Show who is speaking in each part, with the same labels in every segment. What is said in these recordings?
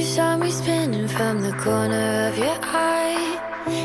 Speaker 1: saw me spinning from the corner of your eye.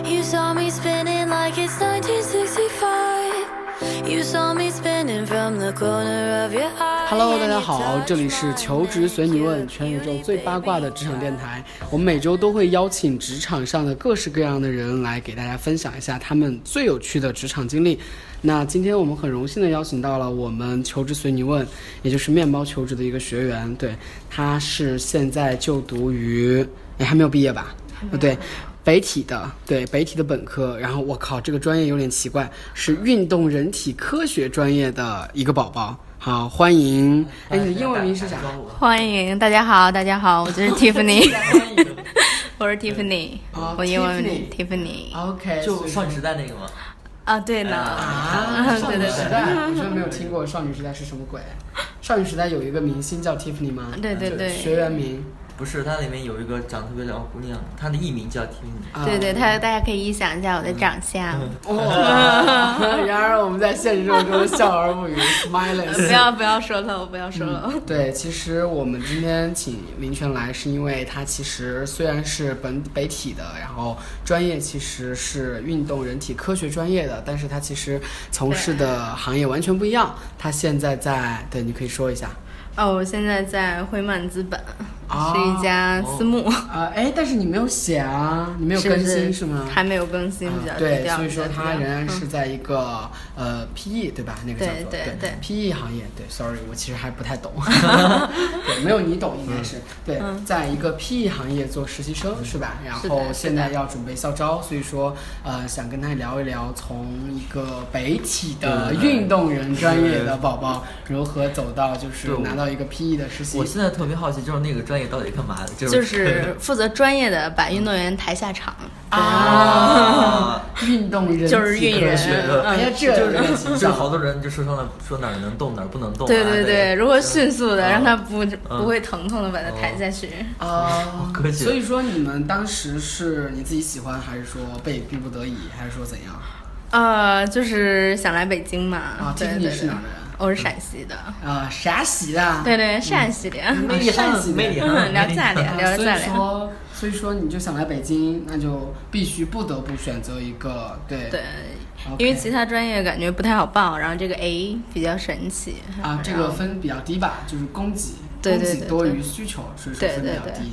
Speaker 1: You saw me spinning like it's 1965. You saw me spinning from the corner of your eye.
Speaker 2: Hello，大家好，这里是求职随你问，全宇宙最八卦的职场电台。我们每周都会邀请职场上的各式各样的人来给大家分享一下他们最有趣的职场经历。那今天我们很荣幸的邀请到了我们求职随你问，也就是面包求职的一个学员，对，他是现在就读于，哎，还没有毕业吧？对。北体的，对北体的本科，然后我靠，这个专业有点奇怪，是运动人体科学专业的一个宝宝。好，欢迎，哎，你的英文名是啥？
Speaker 3: 欢迎大家好，大家好，我就是 Tiffany，我是 Tiffany，
Speaker 2: 哦
Speaker 3: 我英文名 Tiffany。
Speaker 2: OK，
Speaker 4: 就少女时代那个吗？
Speaker 3: 啊，对呢，
Speaker 2: 啊， 少
Speaker 3: 对
Speaker 2: 女
Speaker 3: 对
Speaker 2: 时代，我真的没有听过少女时代是什么鬼。少女时代有一个明星叫 Tiffany 吗？
Speaker 3: 对对对
Speaker 2: 学员名。
Speaker 4: 不是，它里面有一个长得特别老的姑娘，她的艺名叫 Tiffany。
Speaker 2: 啊
Speaker 3: 对对，哦他大家可以臆想一下我的长相，
Speaker 2: 哇！ 然而我们在现实生活中笑而 不语，smiling。
Speaker 3: 不要不要说了，我不要说了。
Speaker 2: 对，其实我们今天请林泉来，是因为他其实虽然是本北体的，然后专业其实是运动人体科学专业的，但是他其实从事的行业完全不一样。他现在在，对，你可以说一下。
Speaker 3: 哦，我现在在辉曼资本，
Speaker 2: 啊
Speaker 3: 是一家私募，
Speaker 2: 啊，哎，但是你没有写啊，你没有
Speaker 3: 是不
Speaker 2: 更
Speaker 3: 是
Speaker 2: 新是吗？
Speaker 3: 还没有更新，比较
Speaker 2: 啊
Speaker 3: 低
Speaker 2: 对，
Speaker 3: 调。
Speaker 2: 所以说
Speaker 3: 比较
Speaker 2: 它
Speaker 3: 低调
Speaker 2: 仍然是在一个呃 PE 对吧？那个叫做
Speaker 3: 对对对
Speaker 2: PE 行业对，sorry，我其实还不太 懂，对，没有你懂应该
Speaker 3: 嗯
Speaker 2: 是对，在一个 PE 行业做实习生是吧？然
Speaker 3: 是的
Speaker 2: 后
Speaker 3: 是的
Speaker 2: 现在要准备校招，所以说呃想跟他聊一聊从一个北体的
Speaker 4: 对哎对对
Speaker 2: 运动人专业的宝宝如何走到就是
Speaker 4: 对我
Speaker 2: 拿到一个 PE 的实习
Speaker 4: 我。现在特别好奇，就是那个专业到底干嘛的？就
Speaker 3: 就是 负责专业的把运动员抬下场，
Speaker 2: 啊，运动人
Speaker 3: 就是
Speaker 2: 体
Speaker 3: 运
Speaker 2: 科
Speaker 3: 人
Speaker 2: 学的，
Speaker 3: 嗯
Speaker 2: 哎呀，这有点
Speaker 4: 就
Speaker 2: 形
Speaker 4: 是
Speaker 2: 象。
Speaker 4: 好多人就说上来说哪儿能动哪儿不能动啊。
Speaker 3: 对对对，如果迅速的
Speaker 4: 嗯
Speaker 3: 让他不不
Speaker 4: 嗯
Speaker 3: 会疼痛的把它抬下去，
Speaker 2: 啊
Speaker 4: 科学
Speaker 2: 所以说你们当时是你自己喜欢，还是说被逼不得已，还是说怎样？
Speaker 3: 呃，就是想来北京嘛。
Speaker 2: 啊
Speaker 3: 对
Speaker 2: Tiffany
Speaker 3: 对对
Speaker 2: 是哪儿人
Speaker 3: 我是陕西的，
Speaker 2: 啊，啥喜的？
Speaker 3: 对对，陕西的。
Speaker 2: 嗯
Speaker 4: 魅力上
Speaker 2: 上，
Speaker 4: 魅力上，
Speaker 3: 嗯，聊炸
Speaker 2: 啊
Speaker 3: 了，聊
Speaker 2: 所
Speaker 3: 炸
Speaker 2: 以
Speaker 3: 了。
Speaker 2: 说，所以说你就想来北京，那就必须不得不选择一个对
Speaker 3: 对
Speaker 2: OK，
Speaker 3: 因为其他专业感觉不太好报，然后这个 A 比较神奇。
Speaker 2: 啊，这
Speaker 3: 然
Speaker 2: 个
Speaker 3: 后
Speaker 2: 分比较低吧，就是供给
Speaker 3: 对对
Speaker 2: 供给
Speaker 3: 对
Speaker 2: 多
Speaker 3: 对
Speaker 2: 于需求，所以说
Speaker 3: 对
Speaker 2: 分比
Speaker 3: 对
Speaker 2: 较
Speaker 3: 对
Speaker 2: 低。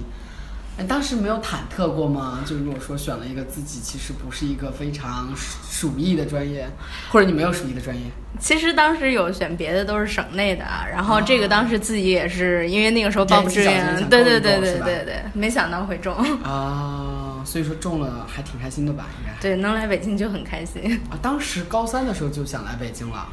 Speaker 2: 哎，当时没有忐忑过吗？就如果说选了一个自己其实不是一个非常属意的专业，或者你没有属意的专业，
Speaker 3: 其实当时有选别的，都是省内的，然后这个当时自己也是因为那个时候报不志
Speaker 2: 对啊自己
Speaker 3: 愿，
Speaker 2: 想
Speaker 3: 对
Speaker 2: 想
Speaker 3: 对对
Speaker 2: 够一够
Speaker 3: 对
Speaker 2: 是吧
Speaker 3: 对对，没想到会中，
Speaker 2: 啊，所以说中了还挺开心的吧？应该
Speaker 3: 对，能来北京就很开心。
Speaker 2: 啊，当时高三的时候就想来北京了。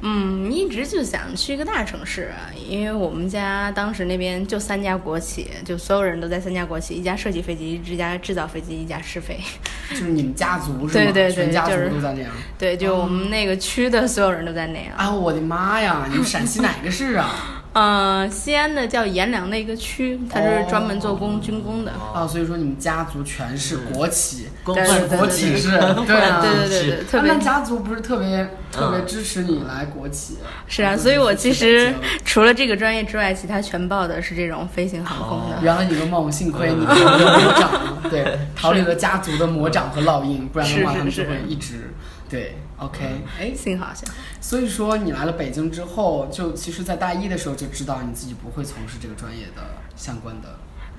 Speaker 3: 嗯，一直就想去一个大城市，因为我们家当时那边就三家国企，就所有人都在三家国企，一家设计飞机，一家制造飞机，一家试飞。
Speaker 2: 就是你们家族是吗？
Speaker 3: 对对对
Speaker 2: 全家
Speaker 3: 就是
Speaker 2: 族都在那样、
Speaker 3: 对，就我
Speaker 2: 嗯
Speaker 3: 们那个区的所有人都在那样。
Speaker 2: 啊！我的妈呀，你们陕西哪个市 啊？
Speaker 3: 嗯、西安的叫阎良的一个区，它是专门做工、军工的。
Speaker 2: 啊，所以说你们家族全是国企，
Speaker 4: 光
Speaker 3: 对
Speaker 2: 是
Speaker 4: 棍
Speaker 3: 对
Speaker 2: 国企是，对啊，
Speaker 3: 对对对对，特
Speaker 2: 他
Speaker 3: 别嗯
Speaker 2: 们家族不是特别特别支持你来国企？
Speaker 3: 是啊，
Speaker 2: 就是
Speaker 3: 所以我其实
Speaker 2: 去北京
Speaker 3: 除了这个专业之外，其他全报的是这种飞行航空的。
Speaker 2: 圆了你的梦，幸亏
Speaker 3: 嗯
Speaker 2: 你魔掌， 对，逃离了家族的魔掌和烙印，不然的话
Speaker 3: 是嗯
Speaker 2: 他们就是会
Speaker 3: 是
Speaker 2: 一直对。OK，哎，
Speaker 3: 幸好幸好。
Speaker 2: 所以说你来了北京之后，就其实，在大一的时候就知道你自己不会从事这个专业的相关的。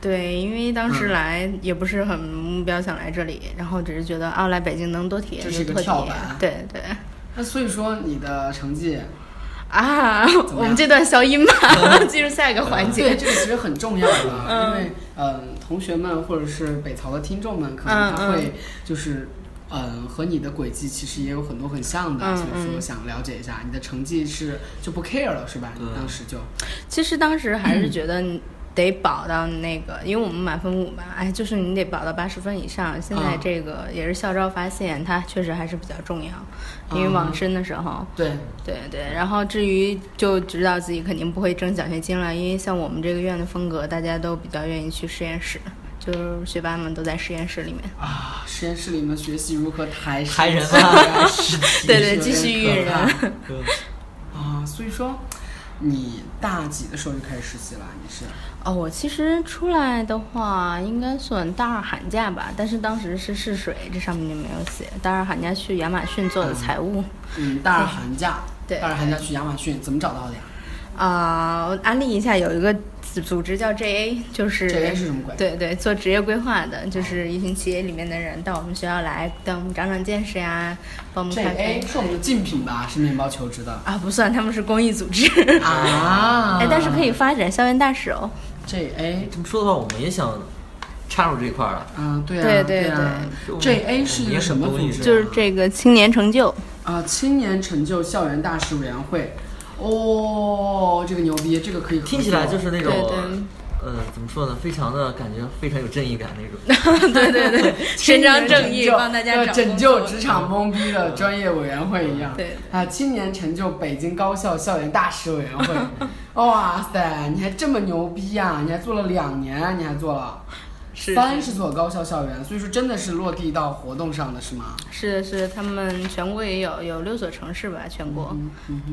Speaker 3: 对，因为当
Speaker 2: 嗯
Speaker 3: 时来也不是很目标想来这里，然后只是觉得啊，来北京能多体验
Speaker 2: 这
Speaker 3: 就是
Speaker 2: 一个
Speaker 3: 多体
Speaker 2: 跳
Speaker 3: 验
Speaker 2: 板。
Speaker 3: 对对
Speaker 2: 那所以说你的成绩，
Speaker 3: 啊，我们这段消音吧， 进入下一个环
Speaker 2: 对
Speaker 3: 节。
Speaker 2: 这个其实很重要的，因为嗯，同学们或者是北曹的听众们，可能
Speaker 3: 嗯
Speaker 2: 他会就是。嗯，和你的轨迹其实也有很多很像的，
Speaker 3: 嗯
Speaker 2: 所以说
Speaker 3: 嗯
Speaker 2: 想了解一下你的成绩是就不 care 了是吧？你
Speaker 4: 对
Speaker 2: 当时就
Speaker 3: 其实当时还是觉得你得保到那个，因为我们满分五嘛，哎，就是你得保到八十分以上。现在
Speaker 2: 嗯
Speaker 3: 这个也是校招发现，它确实还是比较重要，因为
Speaker 2: 嗯
Speaker 3: 网申的时候。
Speaker 2: 对
Speaker 3: 对对，然后至于就知道自己肯定不会挣奖学金了，因为像我们这个院的风格，大家都比较愿意去实验室，就是学霸们都在实验 室里面。
Speaker 2: 啊，实验室里面学习如何 抬
Speaker 4: 抬人
Speaker 2: 啊，
Speaker 4: 啊
Speaker 3: 对对，
Speaker 2: 是有
Speaker 3: 继
Speaker 2: 点
Speaker 3: 续
Speaker 2: 可
Speaker 3: 育人。
Speaker 2: 怕
Speaker 4: 对
Speaker 2: 啊，所以说，你大几的时候就开始实习了？你是
Speaker 3: 哦，我其实出来的话，应该算大二寒假吧，但是当时是试水，这上面就没有写。大二寒假去亚马逊做的财务，
Speaker 2: 嗯，大二寒假，
Speaker 3: 对
Speaker 2: 大二寒假去亚马逊怎么找到的呀？嗯
Speaker 3: 啊、我安利一下，有一个组组织叫 JA，就是
Speaker 2: 这 a 是什么鬼？，
Speaker 3: 对对，做职业规划的，就是一群企业里面的人到我们学校来，带我们长长见识呀，帮我们
Speaker 2: 这
Speaker 3: 开
Speaker 2: a
Speaker 3: 开
Speaker 2: 是我们的竞品吧？是面包求职的
Speaker 3: 啊，不算，他们是公益组 织，
Speaker 2: 啊？
Speaker 3: 哎，但是可以发展校园大使哦。
Speaker 2: 这 a
Speaker 4: 这么说的话，我们也想插入这一块儿了。
Speaker 2: 嗯，对啊，
Speaker 3: 对对
Speaker 2: 对啊
Speaker 4: 对
Speaker 2: 这 a 是一个什么
Speaker 4: 我们
Speaker 2: 组
Speaker 4: 也很
Speaker 2: 织
Speaker 4: 多？
Speaker 3: 就是这个青年成就，
Speaker 2: 啊，青年成就校园大使委员会。哦，这个牛逼，这个可以合作。
Speaker 4: 听起来就是那种
Speaker 3: 对对，
Speaker 4: 呃，怎么说呢？非常的感觉，非常有正义感那种。
Speaker 3: 对对对， 伸张正义，
Speaker 2: 青年成就
Speaker 3: 帮大家
Speaker 2: 要
Speaker 3: 找
Speaker 2: 拯
Speaker 3: 工
Speaker 2: 救
Speaker 3: 作
Speaker 2: 职场懵逼的专业委员会一样。
Speaker 3: 对
Speaker 2: 啊，青年成就北京高校校园大使委员 会。哇塞，你还这么牛逼呀、你还做了两年，啊你还做了
Speaker 3: 是
Speaker 2: 三十所高校校园，所以说真的是落地到活动上的是吗？
Speaker 3: 是的，是的，他们全国也有有六所城市吧，全国，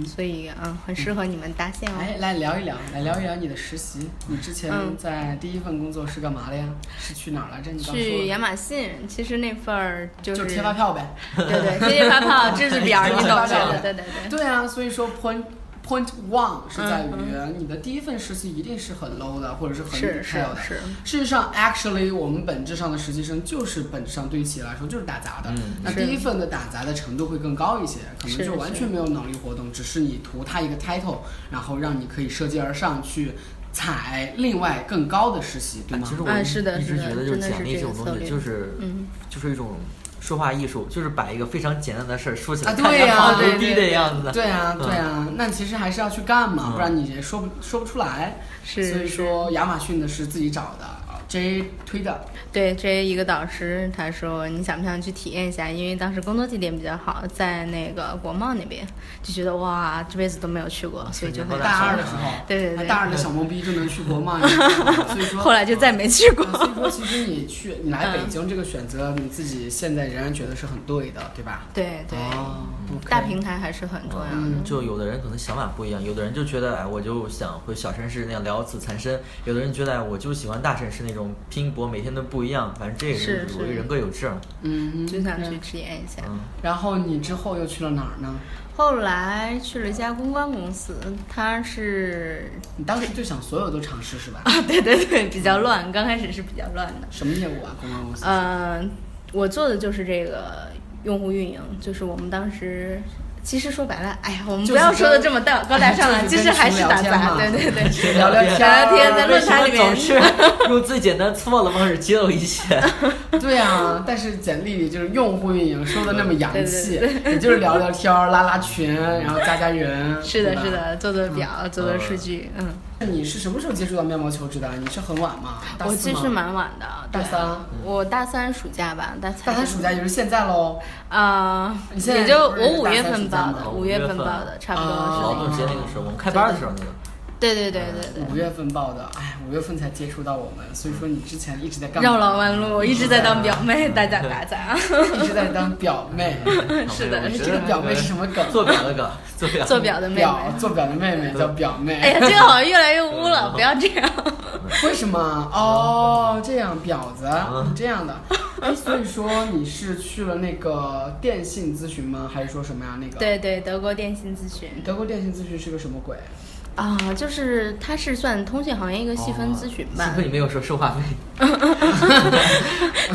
Speaker 3: 所以嗯，很适合你们搭线哦。
Speaker 2: 嗯哎，来聊一聊，来聊一聊你的实习。你之前
Speaker 3: 嗯
Speaker 2: 在第一份工作是干嘛的呀？是去哪儿来着？你刚
Speaker 3: 去
Speaker 2: 说
Speaker 3: 亚马逊，其实那份儿就
Speaker 2: 就是贴发票呗。
Speaker 3: 对对，贴贴发票、 日字表，你懂
Speaker 2: 贴发票
Speaker 3: 的，对对对。
Speaker 2: 对啊，所以说 point point one 是在于你的第一份实习一定是很 low 的，或者是很
Speaker 3: 嗯是是
Speaker 2: detail 的。
Speaker 3: 是，
Speaker 2: 事实上，actually，我们本质上的实习生就是本质上对于企业来说就是打杂的。
Speaker 4: 嗯
Speaker 2: 那
Speaker 3: 是
Speaker 2: 第一份的打杂的程度会更高一些，可能
Speaker 3: 是
Speaker 2: 就完全没有脑力活动，只是你图它一个 title，然后让你可以设计而上去踩另外更高的实习，对吗？
Speaker 4: 其实
Speaker 3: 啊
Speaker 4: 我
Speaker 3: 是的
Speaker 4: 一直
Speaker 3: 是的
Speaker 4: 觉得就是
Speaker 3: 真的是
Speaker 4: 简历
Speaker 3: 这
Speaker 4: 这
Speaker 3: 个
Speaker 4: 种
Speaker 3: 策
Speaker 4: 东
Speaker 3: 略
Speaker 4: 西，就是
Speaker 3: 嗯
Speaker 4: 就是一种说话艺术，就是把一个非常简单的事儿说起来，
Speaker 2: 啊
Speaker 4: 看
Speaker 2: 对
Speaker 4: 起来
Speaker 2: 呀
Speaker 4: 好
Speaker 2: 对
Speaker 4: 牛逼的
Speaker 3: 对
Speaker 4: 样子。
Speaker 2: 对啊，
Speaker 4: 嗯
Speaker 2: 对啊，那其实还是要去干嘛，
Speaker 4: 嗯
Speaker 2: 不然你也说不说不出来。
Speaker 3: 是
Speaker 2: 所以说亚马逊的是自己找的啊，J 推的。
Speaker 3: 对，这一个导师他说你想不想去体验一下？因为当时工作地点比较好，在那个国贸那边，就觉得哇，这辈子都没有去过，所以就
Speaker 4: 纯
Speaker 3: 会
Speaker 4: 洁
Speaker 2: 大
Speaker 4: 大
Speaker 2: 二
Speaker 4: 二
Speaker 2: 的
Speaker 4: 的
Speaker 2: 时
Speaker 4: 时
Speaker 2: 候
Speaker 4: 候，
Speaker 3: 对对对
Speaker 2: 大二的小懵逼就能去国贸，你知 道吗所以说
Speaker 3: 后来就再没去过嗯
Speaker 2: 啊。所以说，其实你去你来北京这个选择，你自己现在仍然觉得是很对的，对吧？
Speaker 3: 对对，
Speaker 2: 哦，OK
Speaker 3: 大平台还是很重要的。
Speaker 4: 嗯，就有的人可能想法不一样，有的人就觉得哎，我就想回小城市那样了此残生；有的人觉得哎，我就喜欢大城市那种拼搏，每天都不一样。反正这也
Speaker 3: 是
Speaker 4: 是
Speaker 3: 是
Speaker 4: 我人各有志嘛。
Speaker 2: 嗯，
Speaker 3: 就想去体验一下。
Speaker 4: 嗯，
Speaker 2: 然后你之后又去了哪儿呢？
Speaker 3: 后来去了一家公关公司，它是
Speaker 2: 你当时就想所有都尝试是吧？
Speaker 3: 啊，对对对，比较乱，刚开始是比较乱的。
Speaker 2: 什么业务啊？公关公司？
Speaker 3: 嗯、我做的就是这个用户运营，就是我们当时。其实说白了，哎呀，我们
Speaker 2: 就是
Speaker 3: 不要说的
Speaker 2: 跟
Speaker 3: 这么大高大上了，
Speaker 2: 就
Speaker 3: 其
Speaker 2: 是跟
Speaker 3: 实还
Speaker 2: 群
Speaker 3: 是
Speaker 2: 聊
Speaker 3: 打
Speaker 2: 天
Speaker 3: 杂，
Speaker 2: 嘛
Speaker 3: 对 对对，
Speaker 4: 谁聊聊天
Speaker 2: 啊
Speaker 3: 聊聊天，在
Speaker 4: 为
Speaker 3: 论
Speaker 4: 什
Speaker 3: 坛
Speaker 4: 么
Speaker 3: 里面
Speaker 4: 总是 用最简单粗暴的方式揭露一切。
Speaker 2: 对啊，但是简历里就是用户运营说的那么洋气，
Speaker 3: 对
Speaker 2: 也就是聊聊天儿、拉拉群，然后加加人。
Speaker 3: 是的，
Speaker 2: 对吧
Speaker 3: 是。的，做做表，做做数据，嗯，
Speaker 2: 那你是什么时候接触到面包求职的？你是很晚吗？大
Speaker 3: 我
Speaker 2: 四
Speaker 3: 其实
Speaker 2: 吗
Speaker 3: 蛮晚的，
Speaker 2: 大
Speaker 3: 对
Speaker 2: 三，
Speaker 3: 我大三暑假吧，大
Speaker 2: 大
Speaker 3: 三
Speaker 2: 三暑假也就是现在喽。
Speaker 3: 啊，
Speaker 2: 你现在
Speaker 3: 也就
Speaker 2: 不是
Speaker 3: 我五
Speaker 2: 大
Speaker 3: 月
Speaker 2: 三
Speaker 3: 份
Speaker 2: 暑假
Speaker 3: 报
Speaker 2: 吗
Speaker 3: 的，
Speaker 4: 哦
Speaker 3: 五
Speaker 4: 五
Speaker 3: 月
Speaker 4: 月
Speaker 3: 份报
Speaker 4: 份
Speaker 3: 的，差不多
Speaker 2: 啊
Speaker 3: 是
Speaker 4: 劳
Speaker 3: 那
Speaker 4: 动
Speaker 3: 个，
Speaker 4: 节那个时候，我们开班的时候那个。
Speaker 3: 对对对对对。
Speaker 2: 五月份报的，哎，五月份才接触到我们，所以说你之前一直在干嘛？嗯
Speaker 3: 绕了弯路，我一直在当表妹，大家打杂，
Speaker 2: 一直在当表妹，
Speaker 4: 嗯
Speaker 2: 哎
Speaker 3: 是的
Speaker 4: 我觉得
Speaker 2: 这个表妹是什么梗？
Speaker 4: 做表的梗，做表
Speaker 3: 做表的妹
Speaker 2: 表
Speaker 3: 妹。
Speaker 2: 做表的妹妹叫表
Speaker 3: 哎 呀
Speaker 2: 妹，，
Speaker 3: 这个好像越来越污
Speaker 2: 嗯
Speaker 3: 了，不要这样。
Speaker 2: 为什么？哦，这样婊子，
Speaker 4: 嗯
Speaker 2: 你这样的。哎，所以说你是去了那个电信咨询吗？还是说什么呀？那个
Speaker 3: 对对，德国电信咨询
Speaker 2: 德国电信咨询是个什么鬼？
Speaker 3: 啊，就是它是算通信行业一个哦细分咨询
Speaker 2: 哦
Speaker 3: 吧
Speaker 4: 幸。亏你没有说收话费，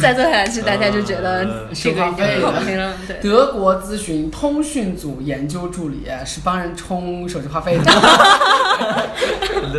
Speaker 3: 再做下去，大家就觉得
Speaker 4: 呃
Speaker 3: 这个
Speaker 2: 收话
Speaker 3: 已
Speaker 2: 费
Speaker 3: 经
Speaker 2: 了
Speaker 3: 好听了。对，
Speaker 2: 德国咨询通讯组研究助理是帮人充手机话费的，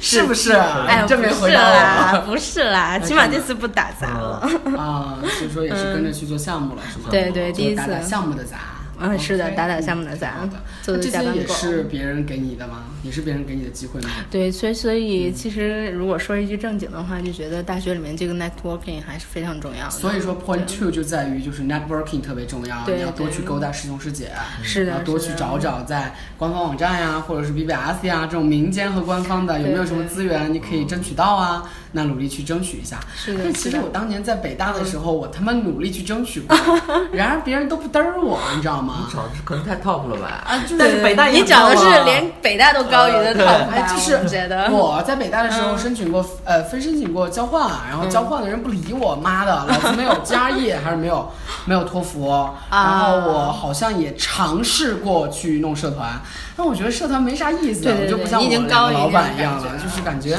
Speaker 2: 是不是？啊
Speaker 3: 哎，
Speaker 2: 这没
Speaker 3: 不
Speaker 2: 嗯回
Speaker 3: 是
Speaker 2: 答我
Speaker 3: 啦，。不是 啦，起码这次不打杂了。
Speaker 4: 哦
Speaker 2: 啊，所以说也是跟着去做项目了，是吗？
Speaker 3: 对对
Speaker 2: 嗯就
Speaker 3: 第一
Speaker 2: 打打
Speaker 3: 次
Speaker 2: 项目的杂。
Speaker 3: 嗯，是的，
Speaker 2: OK
Speaker 3: 打打项目的杂
Speaker 2: 好的，那
Speaker 3: 做做
Speaker 2: 这
Speaker 3: 加班
Speaker 2: 些
Speaker 3: 狗。
Speaker 2: 也是别人给你的吗？也是别人给你的机会吗？
Speaker 3: 对，所以所以
Speaker 2: 嗯
Speaker 3: 其实如果说一句正经的话，就觉得大学里面这个 networking 还是非常重要的。
Speaker 2: 所以说 point two 就在于就是 networking 特别重要，
Speaker 3: 对
Speaker 2: 你要多
Speaker 3: 对
Speaker 2: 去勾搭师兄师姐，
Speaker 3: 是的
Speaker 2: 然后多
Speaker 3: 是
Speaker 2: 去
Speaker 3: 的
Speaker 2: 找找在官方啊网站呀，或者是 BBS 呀这种民间和官方的有没有什么
Speaker 3: 对对
Speaker 2: 资源，你可以争取到啊。那努力去争取一下。
Speaker 3: 是的
Speaker 2: 但其
Speaker 3: 是
Speaker 2: 实
Speaker 3: 的嗯
Speaker 2: 我当年在北大的时候，我他妈努力去争取 过，然而别人都不嘚儿我，你知道吗？
Speaker 5: 找的是可能太 top 了吧？
Speaker 2: 啊，就是
Speaker 4: 但是北大也
Speaker 3: 你
Speaker 4: 很
Speaker 3: 找的
Speaker 4: 高
Speaker 3: 是
Speaker 4: 啊
Speaker 3: 连北大都高于的 top
Speaker 4: 对
Speaker 2: 哎，
Speaker 3: 吧
Speaker 2: 就是
Speaker 3: 我觉得嗯
Speaker 2: 我在北大的时候申请过，呃，分申请过交换，然后交换的人不理我，妈的，老子没有 GRE，还是没有没有托福，
Speaker 3: 啊
Speaker 2: 然后我好像也尝试过去弄社团，但我觉得社团没啥意思，啊
Speaker 3: 对对
Speaker 2: 我就
Speaker 3: 对
Speaker 2: 不像我
Speaker 3: 你已经
Speaker 2: 两
Speaker 3: 高
Speaker 2: 个
Speaker 3: 于
Speaker 2: 老
Speaker 3: 那
Speaker 2: 板
Speaker 3: 种
Speaker 2: 一样
Speaker 3: 感觉
Speaker 2: 了，
Speaker 3: 了
Speaker 2: 就是感觉。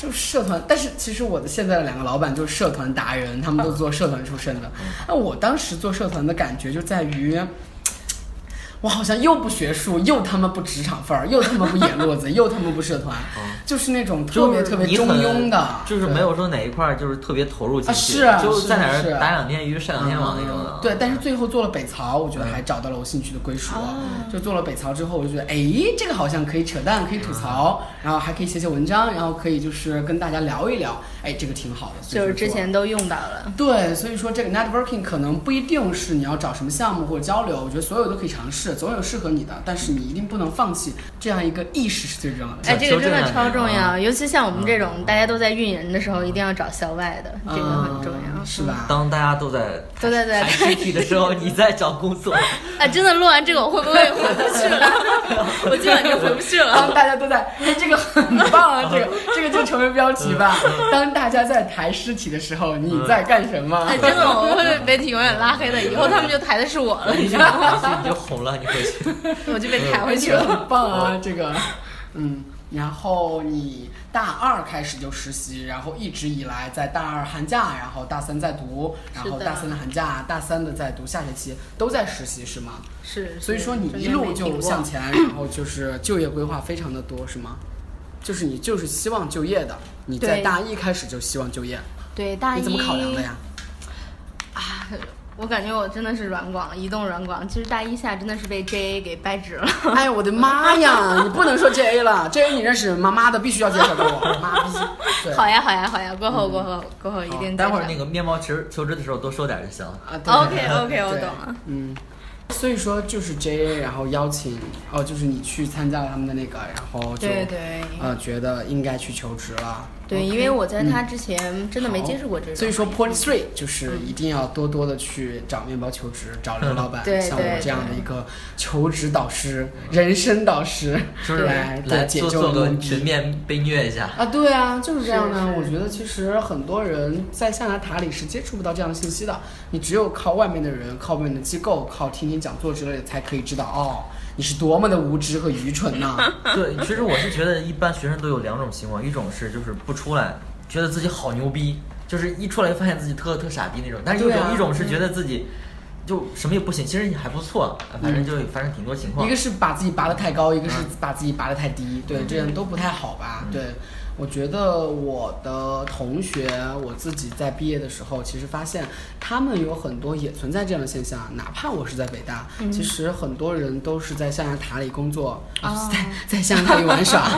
Speaker 2: 就是社团，但是其实我的现在的两个老板就是社团达人，他们都做社团出身
Speaker 3: 嗯
Speaker 2: 的。那我当时做社团的感觉就在于，我好像又不学术，又他妈不职场范儿，又他妈不野路 子，又他妈不社团，就是那种特别特别中庸的，
Speaker 4: 嗯就是没有说哪一块儿就是特别投入进去，
Speaker 2: 啊是
Speaker 4: 就是在哪儿
Speaker 2: 是
Speaker 4: 打两天鱼晒两天网那种的。
Speaker 2: 对。对，但是最后做了北曹，我觉得还找到了我兴趣的归属。啊
Speaker 4: 哦
Speaker 2: 就做了北曹之后，我就觉得，哎，这个好像可以扯淡，可以吐
Speaker 4: 哦
Speaker 2: 槽，然后还可以写写文章，然后可以就是跟大家聊一聊，哎，这个挺好的。所以
Speaker 3: 就是之
Speaker 2: 做
Speaker 3: 前都用到了。
Speaker 2: 对，所以说这个 networking 可能不一定是你要找什么项目或者交流，我觉得所有都可以尝试，总有适合你的，但是你一定不能放弃，这样一个意识是最重要的。
Speaker 3: 哎，这个真的
Speaker 4: 纠正
Speaker 3: 超
Speaker 4: 两
Speaker 3: 重
Speaker 4: 遍啊
Speaker 3: 要，尤其像我们这种大家都在运营的时候，一定要找校外的，这个很重要，
Speaker 2: 嗯是？吧？
Speaker 4: 当大家都在
Speaker 3: 都在在
Speaker 4: 谈 GT 的时候，你在找工 作，
Speaker 3: 哎，真的录完这个我会不会回不去了？我今晚就回不去
Speaker 2: 当
Speaker 3: 了。
Speaker 2: 大家都在，哎，这个很棒啊，
Speaker 3: 嗯
Speaker 2: 这个这个就成为标题吧。当大家在抬尸体的时候，你在干什么？
Speaker 3: 哎，真的，我会被永远拉黑的，以后他们就抬的是我 了，
Speaker 4: 你
Speaker 3: 你
Speaker 4: 就
Speaker 3: 知道吗？
Speaker 4: 你就红了，你回去。
Speaker 3: 我就被抬回
Speaker 2: 我
Speaker 3: 去
Speaker 2: 觉得
Speaker 3: 了。
Speaker 2: 很棒啊，这个，嗯。然后你大二开始就实习，然后一直以来在大二寒假，然后大三在读，然后
Speaker 3: 是的
Speaker 2: 大三的寒假、大三的在读，下学期都在实习是吗？
Speaker 3: 是，
Speaker 2: 所以说你
Speaker 3: 中
Speaker 2: 一
Speaker 3: 间
Speaker 2: 路
Speaker 3: 没停
Speaker 2: 就
Speaker 3: 过
Speaker 2: 向前，然后就是就业规划非常的多是吗？就是你就是希望就业的，你在
Speaker 3: 对
Speaker 2: 大一开始就希望就业，
Speaker 3: 对大一
Speaker 2: 你怎么考量的呀？？
Speaker 3: 我感觉我真的是软广，移动软广。其实大一下真的是被 JA 给掰直了。
Speaker 2: 哎呀，我的妈呀！你不能说 J A 了，J A 你认识吗？妈的，必须要介绍给我，妈逼！ 对嗯哦
Speaker 3: 好呀，好呀，好呀，过后，过后，过后一定
Speaker 4: 待会儿那个面包求求职的时候多说点就行了。
Speaker 2: 啊
Speaker 3: OK OK，我
Speaker 2: 对
Speaker 3: 懂了。
Speaker 2: 嗯，所以说就是 J A，然后邀请哦，就是你去参加了他们的那个，然后就
Speaker 3: 对对
Speaker 2: 呃觉得应该去求职了。
Speaker 3: 对，因为我在他之前真的没接触过这种，
Speaker 2: 嗯所以说 Point Three 就是一定要多多的去找面包求职，找刘老板，
Speaker 3: 对
Speaker 2: 像
Speaker 3: 对
Speaker 2: 我这样的一个求职导师、人生导师，
Speaker 4: 就是
Speaker 2: 来对
Speaker 4: 来
Speaker 2: 解
Speaker 4: 做
Speaker 2: 救
Speaker 4: 做个
Speaker 2: 问题
Speaker 4: 全面被虐一下。
Speaker 2: 啊，对啊，就是这样的。
Speaker 3: 是是
Speaker 2: 我觉得其实很多人在象牙塔里是接触不到这样的信息的，你只有靠外面的人、靠外面的机构、靠听听讲座之类的，才可以知道哦，你是多么的无知和愚蠢呐、
Speaker 4: 对，其实我是觉得一般学生都有两种情况，一种是就是不出来，觉得自己好牛逼，就是一出来发现自己特特傻逼那种；但是一种、
Speaker 2: 对啊
Speaker 4: 一种是觉得自己就什么也不行，其实你还不错，反正就反正挺多情
Speaker 2: 嗯
Speaker 4: 况。嗯
Speaker 2: 一个是把自己拔得太高，一个是把自己拔得太低，对，这样都不太好吧？对，我觉得我的同学，我自己在毕业的时候，其实发现他们有很多也存在这样的现象，哪怕我是在北大，其实很多人都是在象牙塔里工作，啊，在在象牙塔里玩耍，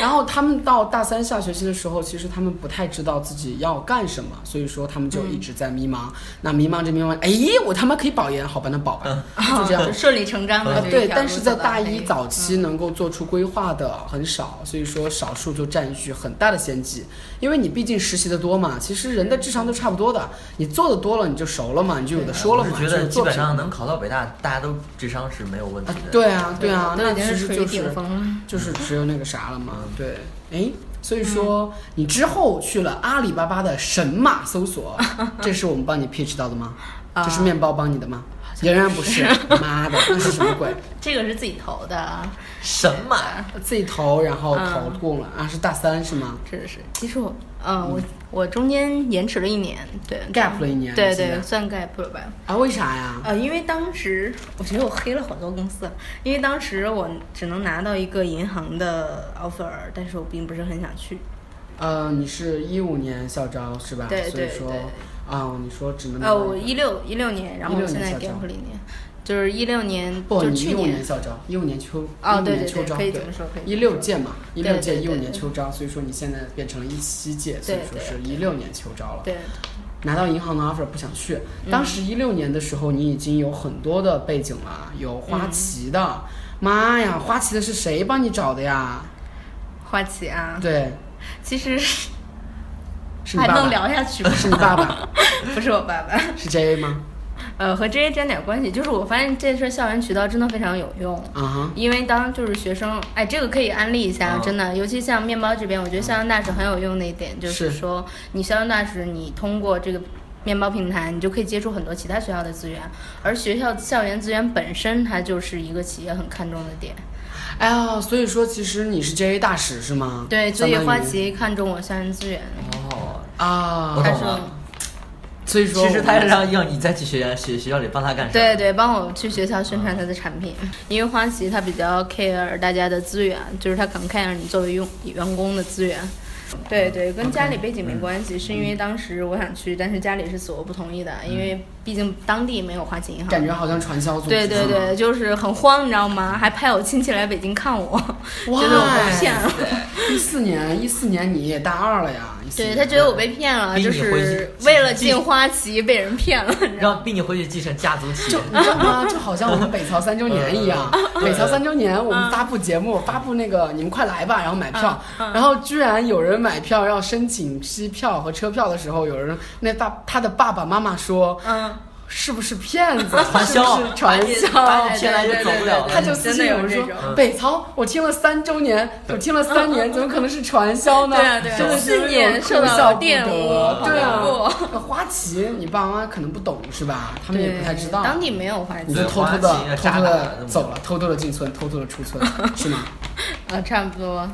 Speaker 2: 然后他们到大三下学期的时候，其实他们不太知道自己要干什么，所以说他们就一直在迷茫。那迷茫着迷茫，哎，我他妈可以保研，好吧，那保吧，
Speaker 4: 嗯
Speaker 2: 就这样
Speaker 3: 就。顺理成章的
Speaker 2: 啊，
Speaker 3: 这一条
Speaker 2: 对，
Speaker 3: 路
Speaker 2: 但是在
Speaker 3: 走到
Speaker 2: 大
Speaker 3: 黑
Speaker 2: 一早期能够做出规划的很少，所以说少数就占据很大的先机，因为你毕竟实习的多嘛，其实人的智商都差不多的，你做的多了你就熟了嘛，你就有的说了
Speaker 4: 呃啊我
Speaker 2: 嘛，就
Speaker 4: 是觉
Speaker 2: 有
Speaker 4: 得基
Speaker 2: 作
Speaker 4: 本
Speaker 2: 品
Speaker 4: 上能考到北大，大家都智商是没有问题
Speaker 2: 啊
Speaker 4: 的。，
Speaker 2: 对啊，对啊，
Speaker 3: 都
Speaker 2: 那
Speaker 3: 已
Speaker 2: 其
Speaker 3: 经是
Speaker 2: 实
Speaker 3: 属于
Speaker 2: 就
Speaker 3: 顶
Speaker 2: 是
Speaker 3: 峰了
Speaker 2: 就是只有那个啥了嘛，对，哎，所以说你之后去了阿里巴巴的神马搜索，这是我们帮你 pitch 到的吗？这是面包帮你的吗？仍然不是，妈的，那是什么鬼？
Speaker 3: 这个是自己投的，啊
Speaker 4: 神马
Speaker 2: 自己投，然后
Speaker 3: 嗯
Speaker 2: 投过了、啊，是大三是吗
Speaker 3: 这是其实我，嗯，我我中间延迟了一年，对
Speaker 2: ？gap 了一年，
Speaker 3: 对
Speaker 2: 你现
Speaker 3: 对，
Speaker 2: 在
Speaker 3: 算 gap 了吧。
Speaker 2: 啊？为啥呀？
Speaker 3: 呃，因为当时我觉得我黑了好多公司，因为当时我只能拿到一个银行的 offer，但是我并不是很想去。
Speaker 2: 呃，你是一五年校招是吧？
Speaker 3: 对对
Speaker 2: 所以
Speaker 3: 对
Speaker 2: 说啊、你说只能拿
Speaker 3: 呃，我一六一六年，然后我
Speaker 2: 16
Speaker 3: 现在
Speaker 2: 年校
Speaker 3: gap
Speaker 2: 招
Speaker 3: 了一年，就是一六年，
Speaker 2: 不，
Speaker 3: 就是
Speaker 2: 你一
Speaker 3: 去
Speaker 2: 五
Speaker 3: 年
Speaker 2: 年。校招，一五年秋，
Speaker 3: 哦
Speaker 2: 15
Speaker 3: 对
Speaker 2: 年
Speaker 3: 对
Speaker 2: 秋
Speaker 3: 对
Speaker 2: 招，
Speaker 3: 可以
Speaker 2: 对
Speaker 3: 这么说可以
Speaker 2: 一
Speaker 3: 这么
Speaker 2: 六
Speaker 3: 说
Speaker 2: 届嘛，一
Speaker 3: 对
Speaker 2: 六
Speaker 3: 对
Speaker 2: 届
Speaker 3: 对
Speaker 2: 一五年
Speaker 3: 对
Speaker 2: 秋招，所以说你现在变成了一七届，所以说
Speaker 3: 对对
Speaker 2: 是一六年秋招了。
Speaker 3: 对，嗯
Speaker 2: 拿到银行的 offer 不想去。当时一六年的时候，你已经有很多的背景了，有
Speaker 3: 嗯
Speaker 2: 花旗的。妈呀，花旗的是谁帮你找的呀？
Speaker 3: 花旗啊，
Speaker 2: 对，
Speaker 3: 其实
Speaker 2: 是你
Speaker 3: 还
Speaker 2: 爸
Speaker 3: 能
Speaker 2: 爸？
Speaker 3: 聊下去吗？
Speaker 2: 是你爸爸？
Speaker 3: 不是我爸爸，
Speaker 2: 是 J A 吗？
Speaker 3: 呃，和这些沾点关系。就是我发现这事儿校园渠道真的非常有用。
Speaker 2: 啊哈，
Speaker 3: 因为当就是学生，哎，这个可以安利一下，
Speaker 2: 哦
Speaker 4: 嗯
Speaker 3: 真的，尤其像面包这边，我觉得校园大使很有用的一点就是
Speaker 2: 是
Speaker 3: 说，你校园大使，你通过这个面包平台，你就可以接触很多其他学校的资源，而学校校园资源本身它就是一个企业很看重的点。
Speaker 2: 哎呀，所以说其实你是 J A 大使是吗？
Speaker 3: 对，所以
Speaker 2: 相当
Speaker 3: 花
Speaker 2: 于
Speaker 3: 旗看重我校园资源，
Speaker 4: 哦，
Speaker 2: 啊
Speaker 4: 我，
Speaker 3: 他
Speaker 4: 懂
Speaker 3: 说
Speaker 4: 了。
Speaker 2: 所以说
Speaker 4: 其实
Speaker 2: 我
Speaker 4: 他是让让你再去学校学学校里帮他干事。
Speaker 3: 对。对，帮我去学校宣传它的产品，因为花旗它比较 care 大家的资源，就是它可能 care 你作为用员工的资源。对对，跟家里背景没关
Speaker 4: 嗯
Speaker 3: 系，是因为当时我想去，但是家里是死活不同意的，因为毕竟当地没有花旗银行。
Speaker 2: 感觉好像传销组织。啊
Speaker 3: 对对
Speaker 4: 嗯
Speaker 3: 对，就是很慌，你知道吗？还派我亲戚来北京看我，
Speaker 2: 哇
Speaker 3: 觉得我被骗了。
Speaker 2: 一四年，一四年你也大二了呀？14
Speaker 3: 对
Speaker 2: 年
Speaker 3: 他觉得我被骗了，
Speaker 4: 逼嗯哎你
Speaker 3: 就
Speaker 4: 回
Speaker 3: 是
Speaker 4: 去
Speaker 3: 为了进花旗被 人骗了，你知道吗？
Speaker 4: 让逼你回去继承家族企业
Speaker 2: 就，你知道吗？就好像我们北朝三周年一样，
Speaker 3: 嗯
Speaker 2: 北朝三周年我们发布节目，发布那个你们快来吧，然后买票，
Speaker 3: 嗯
Speaker 2: 然后居然有人买票要申请机票和车票的时候，有人那爸他的爸爸妈妈说，
Speaker 3: 嗯，
Speaker 2: 是不是骗 子？
Speaker 4: 传销
Speaker 2: 是不是传销？
Speaker 4: 把哦你骗来就走不了
Speaker 2: 他
Speaker 4: 了。
Speaker 2: 就私信我们
Speaker 3: 真
Speaker 2: 说
Speaker 3: 的有这种：“嗯
Speaker 2: 北曹，我听了三周年，我听了三年，怎么可能是传销呢？
Speaker 3: 对啊对啊
Speaker 2: 真的是
Speaker 3: 信念受到
Speaker 2: 哭笑不
Speaker 3: 玷污
Speaker 2: 得对
Speaker 3: 好
Speaker 2: 啊
Speaker 3: 难，
Speaker 2: 那花旗，你爸妈可能不懂是吧？他们也不太知道。
Speaker 3: 对当地没有花旗
Speaker 2: 你就偷偷
Speaker 4: 花旗
Speaker 2: 的、
Speaker 4: 啊
Speaker 2: 偷
Speaker 4: 渣
Speaker 2: 偷
Speaker 4: 打
Speaker 2: 的走了，偷偷的进村，偷偷的出村，是吗？
Speaker 3: 啊，差不多。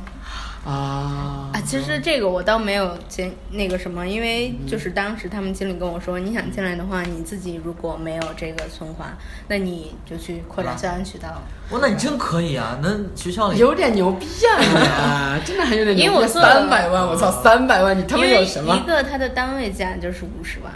Speaker 2: 啊
Speaker 3: 啊，其实这个我倒没有经那个什么，因为就是当时他们经理跟我说，你想进来的话，你自己如果没有这个存款，那你就去扩展
Speaker 4: 啊
Speaker 3: 校园渠道。
Speaker 4: 哇，那你真可以啊！能学校里
Speaker 2: 有点牛逼啊！你啊，真的还有点牛逼。
Speaker 3: 因为我做了
Speaker 2: 三百万，我操，三百万，你他
Speaker 3: 因
Speaker 2: 妈
Speaker 3: 为
Speaker 2: 有什
Speaker 3: 一
Speaker 2: 么？
Speaker 3: 个它的单位价就是五十万，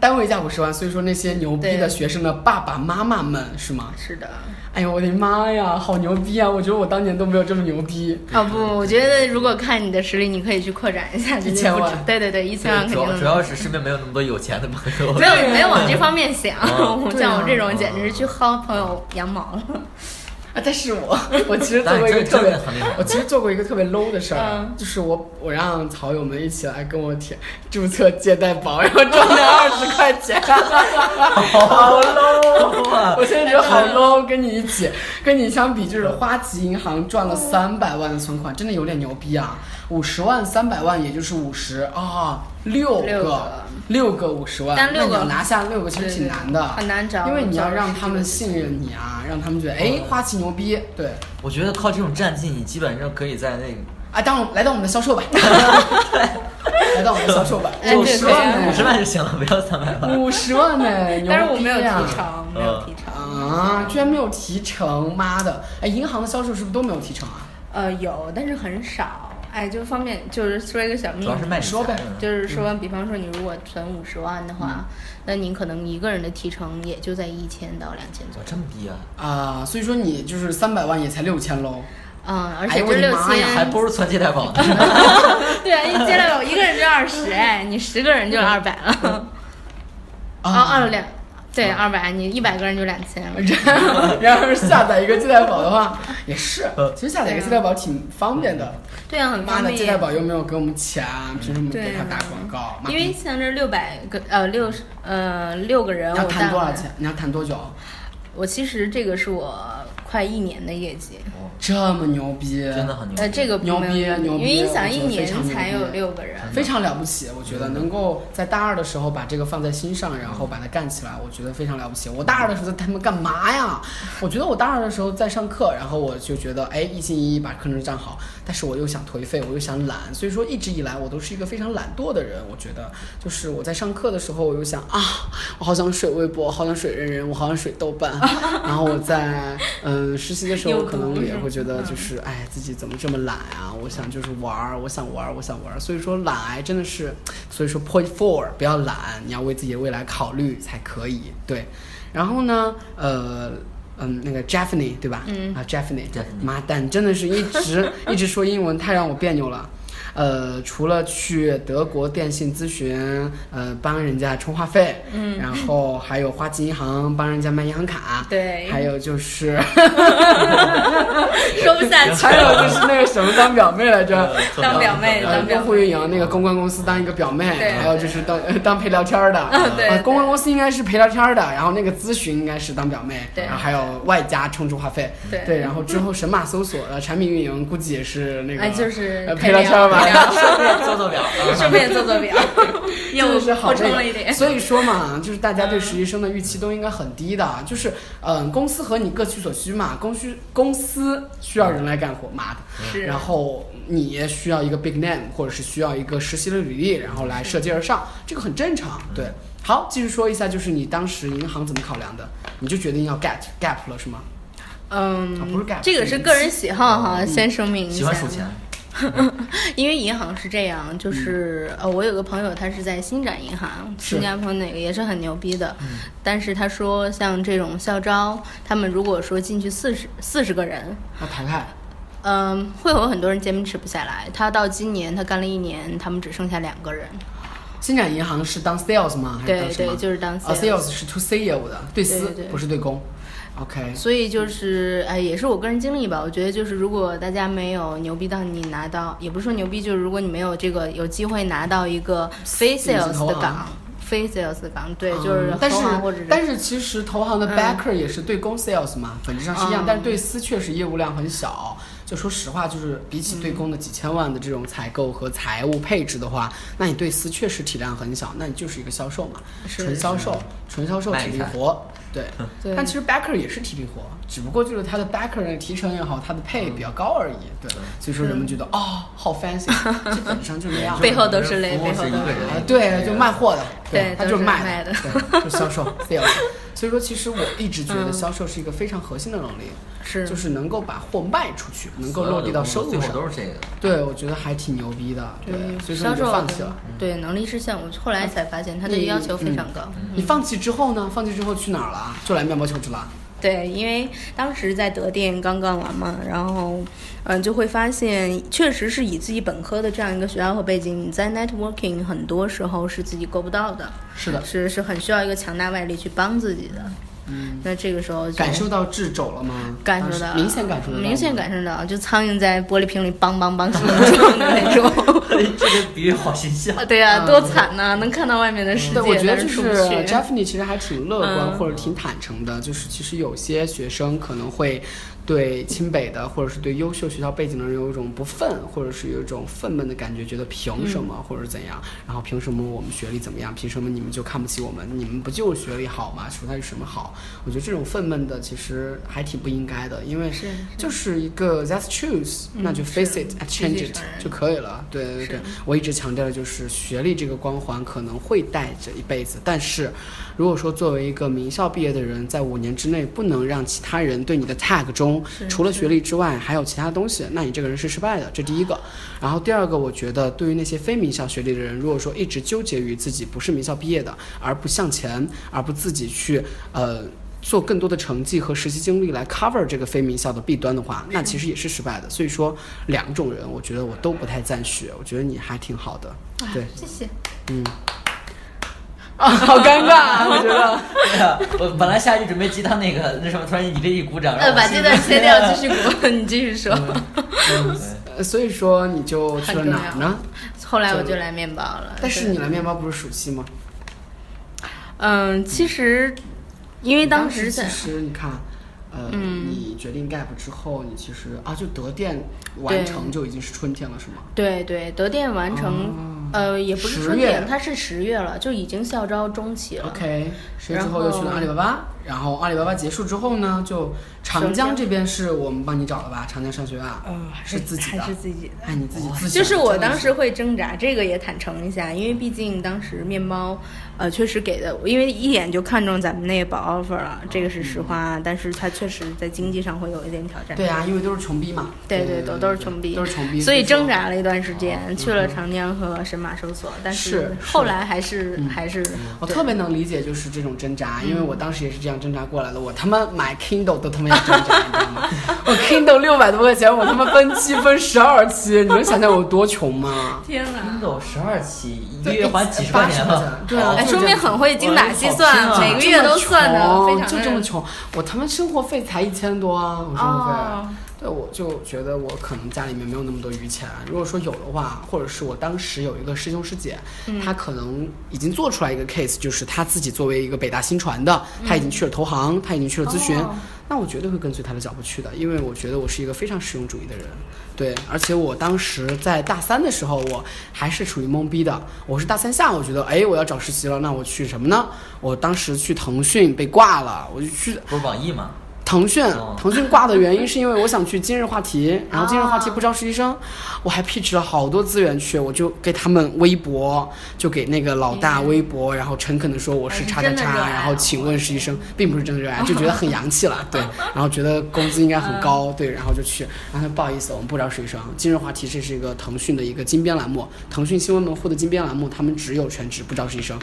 Speaker 2: 单位价五十万，所以说那些牛逼
Speaker 3: 对
Speaker 2: 的学生的爸爸妈妈们是吗？
Speaker 3: 是的。
Speaker 2: 哎呦，我的妈呀，好牛逼啊！我觉得我当年都没有这么牛逼。
Speaker 3: 啊不，我觉得如果看你的实力，你可以去扩展一下，绝对
Speaker 2: 1000
Speaker 3: 不止
Speaker 2: 万
Speaker 3: 对对对，一千万
Speaker 4: 主
Speaker 3: 肯定
Speaker 4: 要
Speaker 3: 能
Speaker 4: 主要是身边没有那么多有钱的朋
Speaker 2: 哦
Speaker 4: 友。
Speaker 3: 没有没有往这方面想，
Speaker 4: 哦
Speaker 2: 对啊
Speaker 3: 像我这种简直是去薅朋友羊毛了。
Speaker 2: 啊，但是我我其实做过一个
Speaker 4: 但是
Speaker 2: 特
Speaker 4: 真
Speaker 2: 别
Speaker 4: 的很厉害，
Speaker 2: 我其实做过一个特别 low 的事儿
Speaker 3: 嗯，
Speaker 2: 就是我我让草友们一起来跟我填注册借贷宝，然后赚了二十块钱，
Speaker 4: 好 low 啊！
Speaker 2: 我现在觉得
Speaker 3: 嗯
Speaker 2: 好 low，跟你一起跟你相比，就是花旗银行赚了三百万的存款，真的有点牛逼啊！五十万三百万，也就是五十啊，六
Speaker 3: 六
Speaker 2: 个
Speaker 3: 个
Speaker 2: 六个五十万，
Speaker 3: 但六个
Speaker 2: 那你要拿下六个其实
Speaker 3: 对
Speaker 2: 挺
Speaker 3: 对
Speaker 2: 难的，
Speaker 3: 很难找
Speaker 2: 因为你要
Speaker 3: 找
Speaker 2: 让
Speaker 3: 十
Speaker 2: 他
Speaker 3: 几
Speaker 2: 们
Speaker 3: 个
Speaker 2: 信任你啊，让他们觉得哎花旗牛逼，对。
Speaker 4: 我觉得靠这种战绩，你基本上可以在那个
Speaker 2: 啊，当我来到我们的销售 吧，来到我们的销售吧，
Speaker 3: 哎
Speaker 2: 五
Speaker 3: 对
Speaker 2: 十万呢，
Speaker 4: 五十万就行了，不要三百万。
Speaker 2: 五十万呢，牛逼啊
Speaker 3: 但是我没有
Speaker 2: 呀
Speaker 3: 提成，没有提成。
Speaker 2: 啊，居然没有提成，妈的！哎，银行的销售是不是都没有提成啊？
Speaker 3: 呃，有，但是很少。哎，就方便，就是说一个小秘密，
Speaker 4: 主要是卖理财嗯
Speaker 2: 说呗
Speaker 3: 就是说，比方说你如果存五十万的
Speaker 2: 嗯
Speaker 3: 话，那你可能一个人的提成也就在一千到两千
Speaker 4: 哇，
Speaker 3: 左右。
Speaker 4: 这么低啊！
Speaker 2: 啊，所以说你就是三百万也才六千 喽，
Speaker 3: 嗯，而
Speaker 2: 哎
Speaker 3: 且
Speaker 2: 呦
Speaker 3: 这
Speaker 2: 我的
Speaker 3: 六
Speaker 2: 妈呀
Speaker 4: 还
Speaker 3: 千，
Speaker 4: 不如存借贷宝呢。
Speaker 3: 对啊，一接来我一个人就二十，哎，你十个人就二百了。
Speaker 2: 嗯
Speaker 3: 哦，二两，对，二百，你一百个人就两千了。
Speaker 2: 然然而下载一个借贷宝的话， 呃也是，其实下载一个借贷宝挺方便的。
Speaker 3: 对啊，很
Speaker 2: 妈
Speaker 3: 方
Speaker 2: 的，
Speaker 3: 便。
Speaker 2: 借贷宝又没有给我们钱，凭什么
Speaker 3: 对
Speaker 2: 给他
Speaker 3: 啊
Speaker 2: 打广告？妈
Speaker 3: 因为像这六百个呃六十呃六个人，
Speaker 2: 你要
Speaker 3: 我
Speaker 2: 谈
Speaker 3: 大
Speaker 2: 多少
Speaker 3: 概
Speaker 2: 钱？？你要谈多久？
Speaker 3: 我其实这个是我快一年的业绩，
Speaker 2: 这么牛逼，
Speaker 4: 真的很牛。
Speaker 3: 呃，这个
Speaker 2: 牛
Speaker 3: 没有
Speaker 2: 逼
Speaker 3: 用
Speaker 2: 牛逼
Speaker 3: 因为你
Speaker 2: 我
Speaker 3: 想
Speaker 2: 觉
Speaker 3: 一
Speaker 2: 得非
Speaker 3: 年
Speaker 2: 常牛
Speaker 3: 才有
Speaker 2: 逼啊
Speaker 3: 六 个人，
Speaker 2: 非常了不起，我觉得能够在大二的时候把这个放在心上，然后把它干起来，我觉得非常了不起。我大二的时候他们干嘛呀？我觉得我大二的时候在上课，然后我就觉得哎一心一意把课程上好，但是我又想颓废，我又想懒，所以说一直以来我都是一个非常懒惰的人。我觉得就是我在上课的时候，我又想啊，我好想水微博，好想水人人，我好想水豆瓣。 然后我在嗯实习的时候，
Speaker 3: 有
Speaker 2: 可能
Speaker 3: 毒
Speaker 2: 也
Speaker 3: 是
Speaker 2: 会觉得就是哎自己怎么这么懒啊？我想就是玩儿，我想玩儿，我想玩儿。所以说懒癌真的是，所以说 point four 不要懒，你要为自己的未来考虑才可以。对，然后呢，呃。嗯，那个 Jaffney 对吧？嗯啊，Jaffney，
Speaker 4: Jaffney
Speaker 2: 妈蛋，真的是一直一直说英文，太让我别扭了。呃，除了去德国电信咨询，呃，帮人家充话费，嗯，然后还有花旗银行帮人家卖银行卡，
Speaker 3: 对
Speaker 2: 还有就是，
Speaker 3: 说不下去
Speaker 2: 还有就
Speaker 3: 了。
Speaker 2: 是那个什么当表妹来着。
Speaker 3: 当表妹
Speaker 2: 呃
Speaker 3: 当表
Speaker 2: 用户运营那个公关公司当一个表妹，
Speaker 3: 嗯对
Speaker 2: 还有就是当 呃当陪聊天儿的，
Speaker 3: 嗯 对
Speaker 2: 啊
Speaker 3: 对
Speaker 2: 公关公司应该是陪聊天儿的，然后那个咨询应该是当表妹，
Speaker 3: 对
Speaker 2: 然后还有外加充值话费，
Speaker 3: 对
Speaker 2: 然后之后神马搜索呃产品运营估计也是那个，
Speaker 3: 哎，就是
Speaker 2: 呃陪
Speaker 3: 陪
Speaker 2: 聊天儿吧
Speaker 3: 陪 聊
Speaker 4: 做做 表，嗯
Speaker 3: 顺便做做表，
Speaker 2: 真
Speaker 3: 又
Speaker 2: 的 是好
Speaker 3: 补充
Speaker 2: 累啊
Speaker 3: 了一点。
Speaker 2: 所以说 嘛，就是大家对实习生的预期都应该很低的，就是嗯、公司和你各取所需嘛，公需公司需要人来干活，妈的，
Speaker 3: 是
Speaker 2: 然后你也需要一个 big name，或者是需要一个实习的履历，然后来设计而上，这个很正常。
Speaker 3: 嗯
Speaker 2: 对，好，继续说一下，就是你当时银行怎么考量的？你就决定要 get gap 了是吗？啊不是
Speaker 3: 嗯
Speaker 2: 干，
Speaker 3: 这个是个人喜好哈，先声明一
Speaker 4: 喜
Speaker 3: 下
Speaker 4: 欢。数钱，
Speaker 3: 因为银行是这样，
Speaker 2: 嗯
Speaker 3: 就是、呃，我有个朋友，他是在新展银行，
Speaker 2: 是嗯
Speaker 3: 新加坡那个也是很牛逼的，但是他说像这种校招，他们如果说进去四十四十个人，
Speaker 2: 那谈谈，
Speaker 3: 嗯，会有很多人坚持不下来。他到今年他干了一年，他们只剩下两个人。
Speaker 2: 嗯新展银行是当 sales 吗？还是
Speaker 3: 对
Speaker 2: 当什么
Speaker 3: 对就是当
Speaker 2: 啊
Speaker 3: sales
Speaker 2: sales 是 to C 业务的，对私
Speaker 3: 对对
Speaker 2: 不是对公。OK，
Speaker 3: 所以就是，哎，也是我个人经历吧。我觉得就是，如果大家没有牛逼到你拿到，也不是说牛逼，就是如果你没有这个有机会拿到一个非
Speaker 2: 顶级投
Speaker 3: sales 的
Speaker 2: 行
Speaker 3: 岗，非 sales 的岗，对，
Speaker 2: 啊嗯
Speaker 3: 就是
Speaker 2: 但是
Speaker 3: 投行或者是
Speaker 2: 但是其实投行的
Speaker 3: 嗯
Speaker 2: backer 也是对公 sales 嘛，本质上是一样，
Speaker 3: 嗯
Speaker 2: 但是对私确实业务量很小。就说实话，就是比起
Speaker 3: 嗯
Speaker 2: 对公的几千万的这种采购和财务配置的话，那你对私确实体量很小，那你就是一个销售嘛，
Speaker 3: 是
Speaker 2: 纯销售，纯销售
Speaker 4: 卖
Speaker 2: 体力
Speaker 4: 菜
Speaker 2: 活。对，
Speaker 3: 对
Speaker 2: 但其实 backer 也是体力活，只不过就是他的 backer 的提成也好，他的配比较高而已。对，
Speaker 3: 嗯
Speaker 2: 所以说人们觉得哦，好 fancy，这本质上就那 样。
Speaker 3: 背后都是泪
Speaker 4: 服务
Speaker 3: 背后
Speaker 4: 是一
Speaker 3: 都
Speaker 4: 个
Speaker 3: 是
Speaker 2: 啊
Speaker 4: 人，，
Speaker 2: 对，就卖货的，
Speaker 3: 对
Speaker 2: 他
Speaker 3: 都
Speaker 2: 就是卖
Speaker 3: 卖的
Speaker 2: 对，就销 售 sales。所以说，其实我一直觉得销售是一个非常核心的能力，
Speaker 3: 嗯是
Speaker 2: 就是能够把货卖出去，能够
Speaker 4: 所有的
Speaker 2: 落地到
Speaker 4: 公司
Speaker 2: 收入
Speaker 4: 最后
Speaker 2: 上。
Speaker 4: 都是这个。
Speaker 2: 对，我觉得还挺牛逼的。对，所以说
Speaker 3: 销
Speaker 2: 你就
Speaker 3: 售
Speaker 2: 放弃了。
Speaker 3: 对能力是项目，后来才发现他对
Speaker 2: 你
Speaker 3: 要求非常高。
Speaker 2: 你放弃之后呢？放弃之后去哪儿了啊？就来面包求职了。
Speaker 3: 对，因为当时在德电刚干完嘛，然后，嗯、就会发现，确实是以自己本科的这样一个学校和背景，你在 networking 很多时候是自己够不到的，
Speaker 2: 是的，
Speaker 3: 是是很需要一个强大外力去帮自己的。
Speaker 2: 嗯，
Speaker 3: 那这个时候就
Speaker 2: 感受到掣肘了吗？
Speaker 3: 感受
Speaker 2: 当
Speaker 3: 到
Speaker 2: 时明显感受得到吗，
Speaker 3: 明显感受到，就苍蝇在玻璃瓶里梆梆梆什么撞的那种。
Speaker 4: 这个比喻好形 象
Speaker 3: 啊，对呀、
Speaker 2: 嗯
Speaker 3: 多惨呐、能看到外面的世界，
Speaker 2: 对，我觉得就
Speaker 3: 但出
Speaker 2: 是
Speaker 3: 不去。
Speaker 2: Jeffney 其实还挺乐观
Speaker 3: 嗯
Speaker 2: 或者挺坦诚的，就是其实有些学生可能会对清北的或者是对优秀学校背景的人有一种不忿，或者是有一种愤懑的感觉，觉得凭什
Speaker 3: 嗯
Speaker 2: 么或者怎样，然后凭什么我们学历怎么样，凭什么你们就看不起我们，你们不就是学历好吗？说他是什么好？我觉得这种愤懑的其实还挺不应该的，因为
Speaker 3: 是是
Speaker 2: 就是一个 that's truth，那就 face
Speaker 3: 是
Speaker 2: it and
Speaker 3: 必
Speaker 2: change
Speaker 3: 须
Speaker 2: it
Speaker 3: 承认
Speaker 2: 就可以了。对对对，我一直强调的就是学历这个光环可能会带着一辈子，但是如果说作为一个名校毕业的人，在五年之内不能让其他人对你的 tag 中除了学历之外还有其他东西，那你这个人是失败的，这第一个。然后第二个，我觉得对于那些非名校学历的人，如果说一直纠结于自己不是名校毕业的，而不向前，而不自己去呃。做更多的成绩和实习经历来 cover 这个非名校的弊端的话，那其实也是失败的。所以说，两种人，我觉得我都不太赞许。我觉得你还挺好的， 对
Speaker 3: 谢谢。
Speaker 2: 啊，好尴尬、啊，我觉得。
Speaker 3: 哦
Speaker 4: 对呀，我本来下一句准备接他那个那什么，突然你这一鼓掌，让
Speaker 3: 呃，
Speaker 4: 我
Speaker 3: 把
Speaker 4: 心
Speaker 3: 这 段
Speaker 4: 里
Speaker 3: 切掉，继续补， 你继续说。
Speaker 2: 嗯呃所以说你就去了哪儿
Speaker 3: 很重
Speaker 2: 呢
Speaker 3: 要？ 后来我就来面包了，
Speaker 2: 但是
Speaker 3: 对
Speaker 2: 你来面包不是暑期吗？
Speaker 3: 嗯，其实因为当时在嗯
Speaker 2: 其实你看，呃，你决定 gap 之后，你其实啊，就德电完
Speaker 3: 对
Speaker 2: 成就已经是春天了，是吗？
Speaker 3: 对对德电完成，呃，也不是春
Speaker 2: 哦十
Speaker 3: 天
Speaker 2: 月，
Speaker 3: 它是十月了，就已经校招中期了。
Speaker 2: OK，所以之
Speaker 3: 然
Speaker 2: 后又去了阿里巴巴，然后阿里巴巴结束之后呢，就长江这边是我们帮你找的吧？长江商学院，嗯，是自己的，
Speaker 3: 呃还是自己的。哦
Speaker 2: 哎，你自己自己，
Speaker 3: 就是我当
Speaker 2: 真
Speaker 3: 时会挣扎，这个也坦诚一下，因为毕竟当时面包，呃，确实给的，因为一眼就看中咱们那个保 offer 了，这个是实话，但是它确实在经济上会有一点挑
Speaker 2: 的
Speaker 3: 战。
Speaker 2: 是，嗯对啊，因为都是穷逼嘛，
Speaker 3: 对
Speaker 2: 对
Speaker 3: 对，都都是穷逼，
Speaker 2: 都是穷逼，
Speaker 3: 所以
Speaker 2: 说
Speaker 3: 挣。扎了一段时间，去了长江和神马搜索，但
Speaker 2: 嗯是是嗯
Speaker 3: 后来还是还是
Speaker 2: 我
Speaker 3: 对嗯
Speaker 2: 特别能理解就是这种挣扎，因为我当时也是这样，样挣扎过来的。我他妈买 Kindle 都他妈要挣扎，你知道吗？我 Kindle 六百多块钱，我他妈分期分十二期，你能想象我多穷吗？
Speaker 3: 天啊哪！
Speaker 4: Kindle 十二期，一个月还几十块钱
Speaker 2: 80块
Speaker 4: 了
Speaker 2: 钱，对啊
Speaker 4: 哦
Speaker 3: 哎，说明很会精打细
Speaker 4: 哇
Speaker 2: 哦
Speaker 3: 算，
Speaker 4: 好拼啊
Speaker 3: 每个月都算的，非
Speaker 2: 穷，
Speaker 3: 常
Speaker 2: 就这么穷。我他妈生活费才一千多啊，我生活费。
Speaker 3: 哦
Speaker 2: 对，我就觉得我可能家里面没有那么多余钱。如果说有的话，或者是我当时有一个师兄师姐，他可能已经做出来一个 case，就是他自己作为一个北大新传的，他已经去了投行，他已经去了咨询，
Speaker 3: 哦
Speaker 2: 那我绝对会跟随他的脚步去的，因为我觉得我是一个非常实用主义的人。对，而且我当时在大三的时候，我还是处于懵逼的。我是大三下，我觉得，哎，我要找实习了，那我去什么呢？我当时去腾讯被挂了，我就去
Speaker 4: 不是网易吗？
Speaker 2: 腾讯
Speaker 4: 哦，
Speaker 2: 腾讯挂的原因是因为我想去今日话 题，然后今日话题不招实习
Speaker 3: 哦
Speaker 2: 生，我还 pitch 了好多资源去，我就给他们微博，就给那个老
Speaker 3: 哎
Speaker 2: 大微博，然后诚恳的说我是叉叉
Speaker 3: 还是真的热
Speaker 2: 叉，
Speaker 3: 爱啊
Speaker 2: 然后请问实习生，并不是真的热 爱，就觉得很洋气了，对，然后觉得工资应该很高，
Speaker 3: 嗯
Speaker 2: 对，然后就去，然后他不好意思，我们不招实习生，今日话题这是一个腾讯的一个金编栏目，腾讯新闻门户的金编栏目，他们只有全职不招实习生。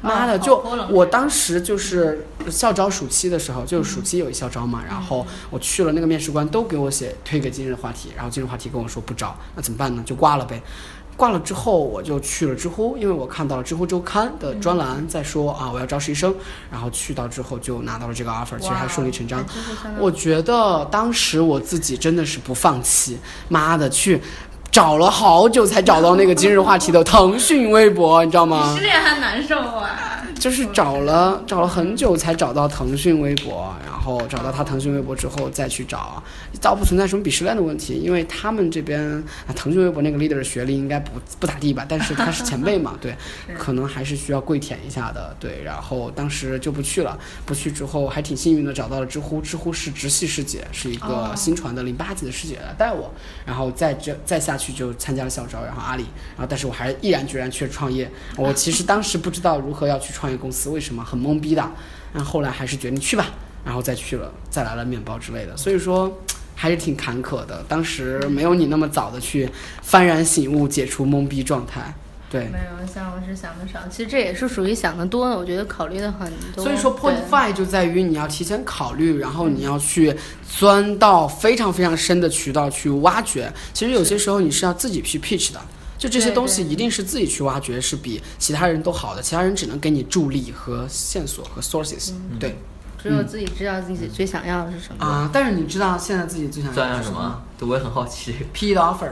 Speaker 2: 妈的，
Speaker 3: 哦好
Speaker 2: 就
Speaker 3: 泼冷水
Speaker 2: 我当时就是校招暑期的时候，就是暑期有一校招嘛，然后我去了，那个面试官都给我写推给今日话题，然后今日话题跟我说不招，那怎么办呢？就挂了呗。挂了之后，我就去了知乎，因为我看到了知乎周刊的
Speaker 3: 嗯
Speaker 2: 专栏在说啊，我要招实习生，然后去到之后就拿到了这个 offer，其实还顺理成章
Speaker 3: 哇。那真是相当
Speaker 2: 我觉得当时我自己真的是不放弃，妈的去找了好久才找到那个今日话题的腾讯微博，你知道吗？
Speaker 3: 失恋还难受啊！
Speaker 2: 就是找了找了很久才找到腾讯微博，然后找到他腾讯微博之后再去找，倒不存在什么鄙视链的问题，因为他们这边啊，腾讯微博那个 leader 的学历应该不不咋地吧，但是他是前辈嘛，对，可能还是需要跪舔一下的，对，然后当时就不去了，不去之后还挺幸运的找到了知乎，知乎是直系师姐，是一个
Speaker 3: 哦
Speaker 2: 新传的零八级的师姐来带我，然后再这再下去就参加了校招，然后阿里，然后但是我还毅然决然去创业。我其实当时不知道如何要去创业公司，为什么很懵逼的，然后后来还是决定去吧，然后再去了，再来了面包之类的，所以说。还是挺坎坷的，当时没有你那么早的去幡然醒悟，解除懵逼状态。对，
Speaker 3: 没有，像我是想的少，其实这也是属于想的多的，我觉得考虑的很多。
Speaker 2: 所以说
Speaker 3: 对
Speaker 2: point five 就在于你要提前考虑，然后你要去钻到非常非常深的渠道去挖掘。其实有些时候你是要自己去 pitch 的，就这些
Speaker 3: 对
Speaker 2: 东西
Speaker 3: 对
Speaker 2: 一定是自己去挖掘，是比其他人都好的。其他人只能给你助力和线索和 sources，、对
Speaker 3: 嗯只有自己知道自己最想要的是什么。
Speaker 2: 嗯啊。但是你知道现在自己最想
Speaker 4: 这
Speaker 2: 要
Speaker 4: 样
Speaker 2: 的是
Speaker 4: 啊什
Speaker 2: 什么
Speaker 4: 么？对，我也很好奇。
Speaker 2: ？P E 的 offer，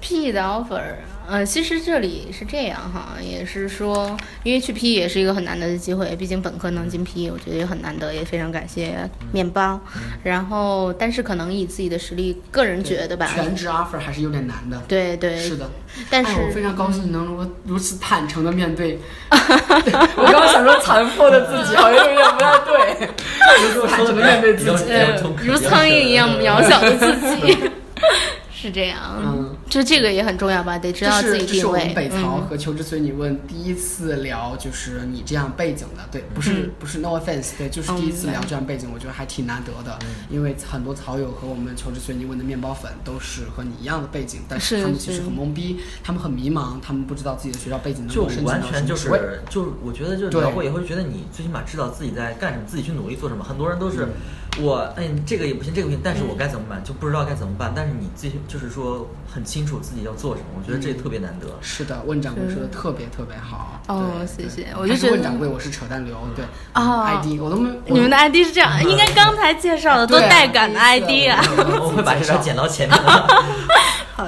Speaker 3: P 的 offer，呃，其实这里是这样哈，也是说，因为去 P 也是一个很难得的机会，毕竟本科能进 P，我觉得也很难得，也非常感谢
Speaker 2: 嗯
Speaker 3: 面包。然后，但是可能以自己的实力，个人觉得吧，
Speaker 2: 全职 offer 还是有点难的。
Speaker 3: 对对，
Speaker 2: 是的，
Speaker 3: 但是嗯
Speaker 2: 哎我非常高兴你能如如此坦诚的面 对。我刚刚想说残破的自己，好像有点不太对。如此坦 诚的面对自己。
Speaker 4: 哎
Speaker 3: 呃，如苍蝇一样渺小的自己， 是这样。
Speaker 2: 嗯，
Speaker 3: 就这个也很重要吧，得知
Speaker 2: 这
Speaker 3: 道自
Speaker 2: 是这
Speaker 3: 己
Speaker 2: 是
Speaker 3: 定
Speaker 2: 我
Speaker 3: 位
Speaker 2: 们。北
Speaker 3: 嗯
Speaker 2: 曹和求职随你问第一次聊，就是你这样背景的，对，不是、
Speaker 3: 嗯
Speaker 2: 不是 no offense，对，就是第一次聊这样背景，我觉得还挺难得的，
Speaker 3: 嗯
Speaker 2: 因为很多曹友和我们求职随你问的面包粉都是和你一样的背景，但
Speaker 3: 是
Speaker 2: 他们其实
Speaker 3: 是
Speaker 2: 很懵逼，他们很迷茫，他们不知道自己的学校背景能
Speaker 4: 就
Speaker 2: 够申请
Speaker 4: 完
Speaker 2: 到
Speaker 4: 全
Speaker 2: 什
Speaker 4: 就
Speaker 2: 么职位
Speaker 4: 是就是，我觉得就
Speaker 2: 对
Speaker 4: 聊过以后，觉得你最起码知道自己在干什么，自己去努力做什么。很多人都是我，哎，这个也不行，这个不行，但是我该怎么办？就不知道该怎么办。但是你自己就是说很清楚自己要做什么，我觉得这特别难得。
Speaker 2: 是的，问掌柜说的特别特别好。
Speaker 3: 哦
Speaker 2: 对
Speaker 3: 谢
Speaker 2: 对
Speaker 3: 谢
Speaker 2: 还
Speaker 3: 我就是觉
Speaker 2: 问
Speaker 3: 得
Speaker 2: 掌柜，我是扯淡流，对
Speaker 3: 哦
Speaker 2: ID 我都没，我
Speaker 3: 你们的 ID 是这样，应该刚才介绍的
Speaker 2: 嗯
Speaker 3: 都
Speaker 2: 对啊
Speaker 3: 带感的
Speaker 2: 第一
Speaker 3: ID
Speaker 2: 次
Speaker 3: 啊。
Speaker 2: 我
Speaker 4: 我会把这段剪到 前面的。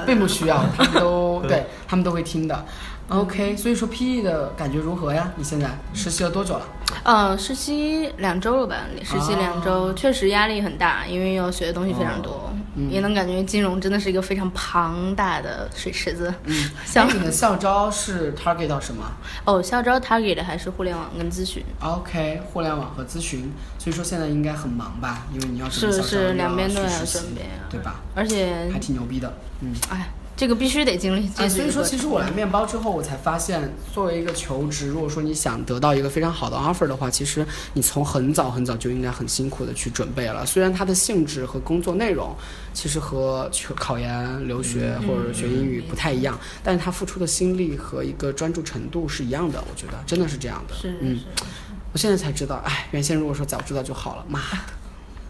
Speaker 2: 并不需要，他们都对他们都会听的。OK，所以
Speaker 3: 嗯
Speaker 2: 说 PE 的感觉如何呀？你现在实习了多久了？
Speaker 3: 嗯，实习两周了吧？实习两周、
Speaker 2: 哦
Speaker 3: 确实压力很大，因为要学的东西非常多，
Speaker 2: 嗯
Speaker 3: 也能感觉金融真的是一个非常庞大的水池子。嗯， 像
Speaker 2: 哎你的校招是 target 到什么
Speaker 3: 哦，校招 target 的还是互联网跟咨询，
Speaker 2: ？OK，互联网和咨询，所以说现在应该很忙吧？因为你要准备校
Speaker 3: 是
Speaker 2: 招
Speaker 3: 是两边都
Speaker 2: 要
Speaker 3: 要
Speaker 2: 去实习
Speaker 3: 准备啊，
Speaker 2: 对吧？
Speaker 3: 而且
Speaker 2: 还挺牛逼的，嗯。
Speaker 3: 哎，这个必须得经历。这
Speaker 2: 啊，
Speaker 3: 是
Speaker 2: 所
Speaker 3: 一
Speaker 2: 以
Speaker 3: 个
Speaker 2: 说，其实我来面包之后，我才发现，作为一个求职，如果说你想得到一个非常好的 offer 的话，其实你从很早很早就应该很辛苦的去准备了。虽然它的性质和工作内容其实和求考研、留学
Speaker 3: 嗯
Speaker 2: 或者学英语不太一样，但是他付出的心力和一个专注程度是一样的。我觉得真的是这样的。
Speaker 3: 是
Speaker 2: 嗯，我现在才知道，哎，原先如果说早知道就好了，妈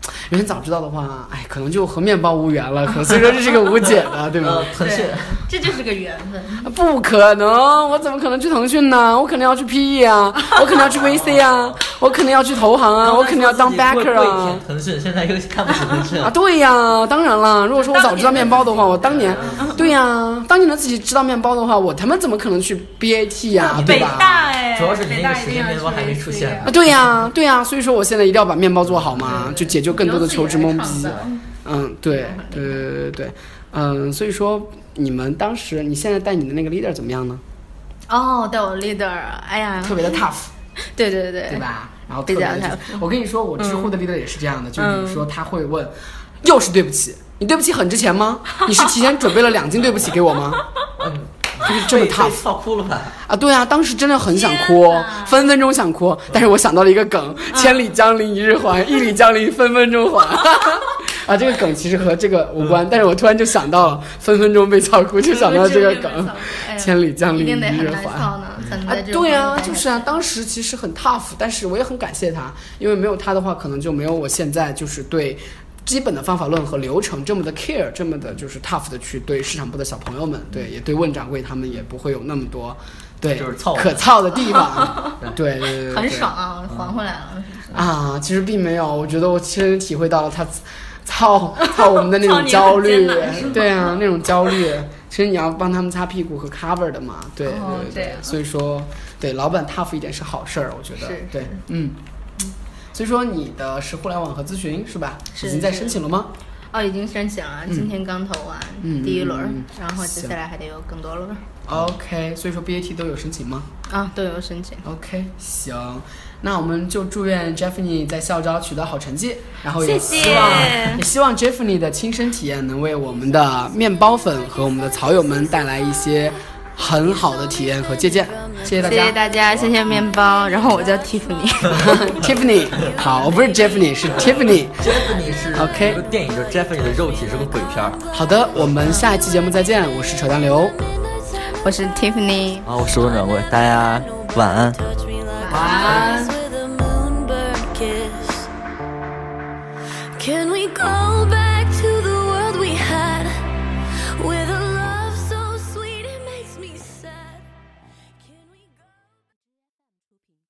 Speaker 2: 的， 原先早知道的话，哎，可能就和面包无缘了，可所以说这是个无解的，对吗
Speaker 4: 呃，？
Speaker 3: 嗯
Speaker 4: 腾讯
Speaker 3: 对，这就是个缘分。
Speaker 2: 不可能，我怎么可能去腾讯呢？我肯定要去 PE 啊，我肯定要去 VC 啊，我肯定要去投行啊，我肯定要当 backer
Speaker 4: 过一
Speaker 2: 啊
Speaker 4: 天。腾讯，现在又看不起腾讯
Speaker 2: 啊，，对呀、当然了。如果说我早知道面包的话，嗯我当年，对呀、当年的自己知道面包的话，我他妈怎么可能去 BAT 呀、
Speaker 4: 你
Speaker 2: 啊对
Speaker 3: 北
Speaker 2: 吧？
Speaker 3: 大哎，
Speaker 4: 主要是你那个时
Speaker 3: 北大一定
Speaker 4: 间
Speaker 3: 要
Speaker 4: 面包还没出现
Speaker 2: 啊，对呀、对呀、所以说我现在一定要把面包做好嘛，就解救更多的求职懵逼。嗯，对，对对对对对，嗯，所以说你们当时，你现在带你的那个 leader 怎么样呢？
Speaker 3: 哦，带我 leader，哎呀，
Speaker 2: 特别的 tough，
Speaker 3: 对对对
Speaker 2: 对？吧？然后特
Speaker 3: 比
Speaker 2: 别
Speaker 3: 较嗯
Speaker 2: 的就是
Speaker 3: tough
Speaker 2: 我跟你说，我知乎的 leader 也是这样的，就比如说他会问，又是对不起，你对不起很值钱吗？你是提前准备了两斤对不起给我吗？
Speaker 4: 嗯，
Speaker 2: 就是这么
Speaker 4: 被
Speaker 2: tough
Speaker 4: 被操哭了吧？
Speaker 2: 啊！对啊，当时真的很想哭哦
Speaker 3: 天哪，嗯
Speaker 2: 分分钟想哭，哦但是我想到了一个梗：千里江陵一日还，一里江陵分分钟还。 啊，这个梗其实和这个无
Speaker 3: 嗯
Speaker 2: 关，但是我突然就想到了，分分钟被操哭，就想到这个 梗，千里江陵
Speaker 3: 哎一定得
Speaker 2: 日
Speaker 3: 很难
Speaker 2: 还。
Speaker 3: 操呢，才能
Speaker 2: 啊
Speaker 3: 在这，种
Speaker 2: 对啊，
Speaker 3: 环境
Speaker 2: 就
Speaker 3: 下
Speaker 2: 是啊，当时其实很 tough，但是我也很感谢他，因为没有他的话，可能就没有我现在就是对基本的方法论和流程这么的 care，这么的就是 tough 的去对市场部的小朋友们，对，也对问掌柜他们也不会有那么多对
Speaker 4: 就是操
Speaker 2: 可操的地 方，对对对对，
Speaker 3: 很
Speaker 2: 对
Speaker 3: 爽啊，还回来了。
Speaker 2: 啊，其实并没有，我觉得我亲身体会到了他操操我们的那
Speaker 3: 操你
Speaker 2: 种
Speaker 3: 很
Speaker 2: 焦虑
Speaker 3: 艰难是吗，
Speaker 2: 对啊，那种焦虑。其实你要帮他们擦屁股和 cover 的嘛，对对
Speaker 3: 哦
Speaker 2: 对
Speaker 3: 这
Speaker 2: 对
Speaker 3: 样，
Speaker 2: 所以说对老板 tough 一点是好事儿，我觉得
Speaker 3: 是
Speaker 2: 对，嗯。所以说你的是互联网和咨询是吧？
Speaker 3: 是
Speaker 2: 已经在
Speaker 3: 是
Speaker 2: 申请了吗？
Speaker 3: 哦，已经申请了，今天刚投完
Speaker 2: 嗯
Speaker 3: 第一
Speaker 2: 嗯嗯
Speaker 3: 轮
Speaker 2: 嗯，
Speaker 3: 然后接
Speaker 2: 行
Speaker 3: 下来还得有更多轮
Speaker 2: OK，所以说 BAT 都有申请吗
Speaker 3: 啊，都有申请。
Speaker 2: ？OK，行，那我们就祝愿 Jeffrey 在校招取得好成绩，然后也
Speaker 3: 谢
Speaker 2: 希
Speaker 3: 谢
Speaker 2: 望也希望 Jeffrey 的亲身体验能为我们的面包粉和我们的草友们带来一些很好的体验和借鉴。谢谢大
Speaker 3: 谢
Speaker 2: 家
Speaker 3: 谢大家，谢谢面包，然后我叫 Tiffany。
Speaker 2: ，Tiffany。好，我不是 Jeffrey，是 Tiffany。
Speaker 4: Jeffrey 是
Speaker 2: OK
Speaker 4: 有个电影叫《Jeffrey 的肉体》，是个鬼片儿
Speaker 2: 好的，我们下一期节目再见。我是扯淡刘，
Speaker 3: 我是 Tiffany。
Speaker 4: 啊，我是温掌柜，大家晚安。
Speaker 1: touch me like
Speaker 3: Bye.
Speaker 1: eyes with a moonbird kiss. Can we go back?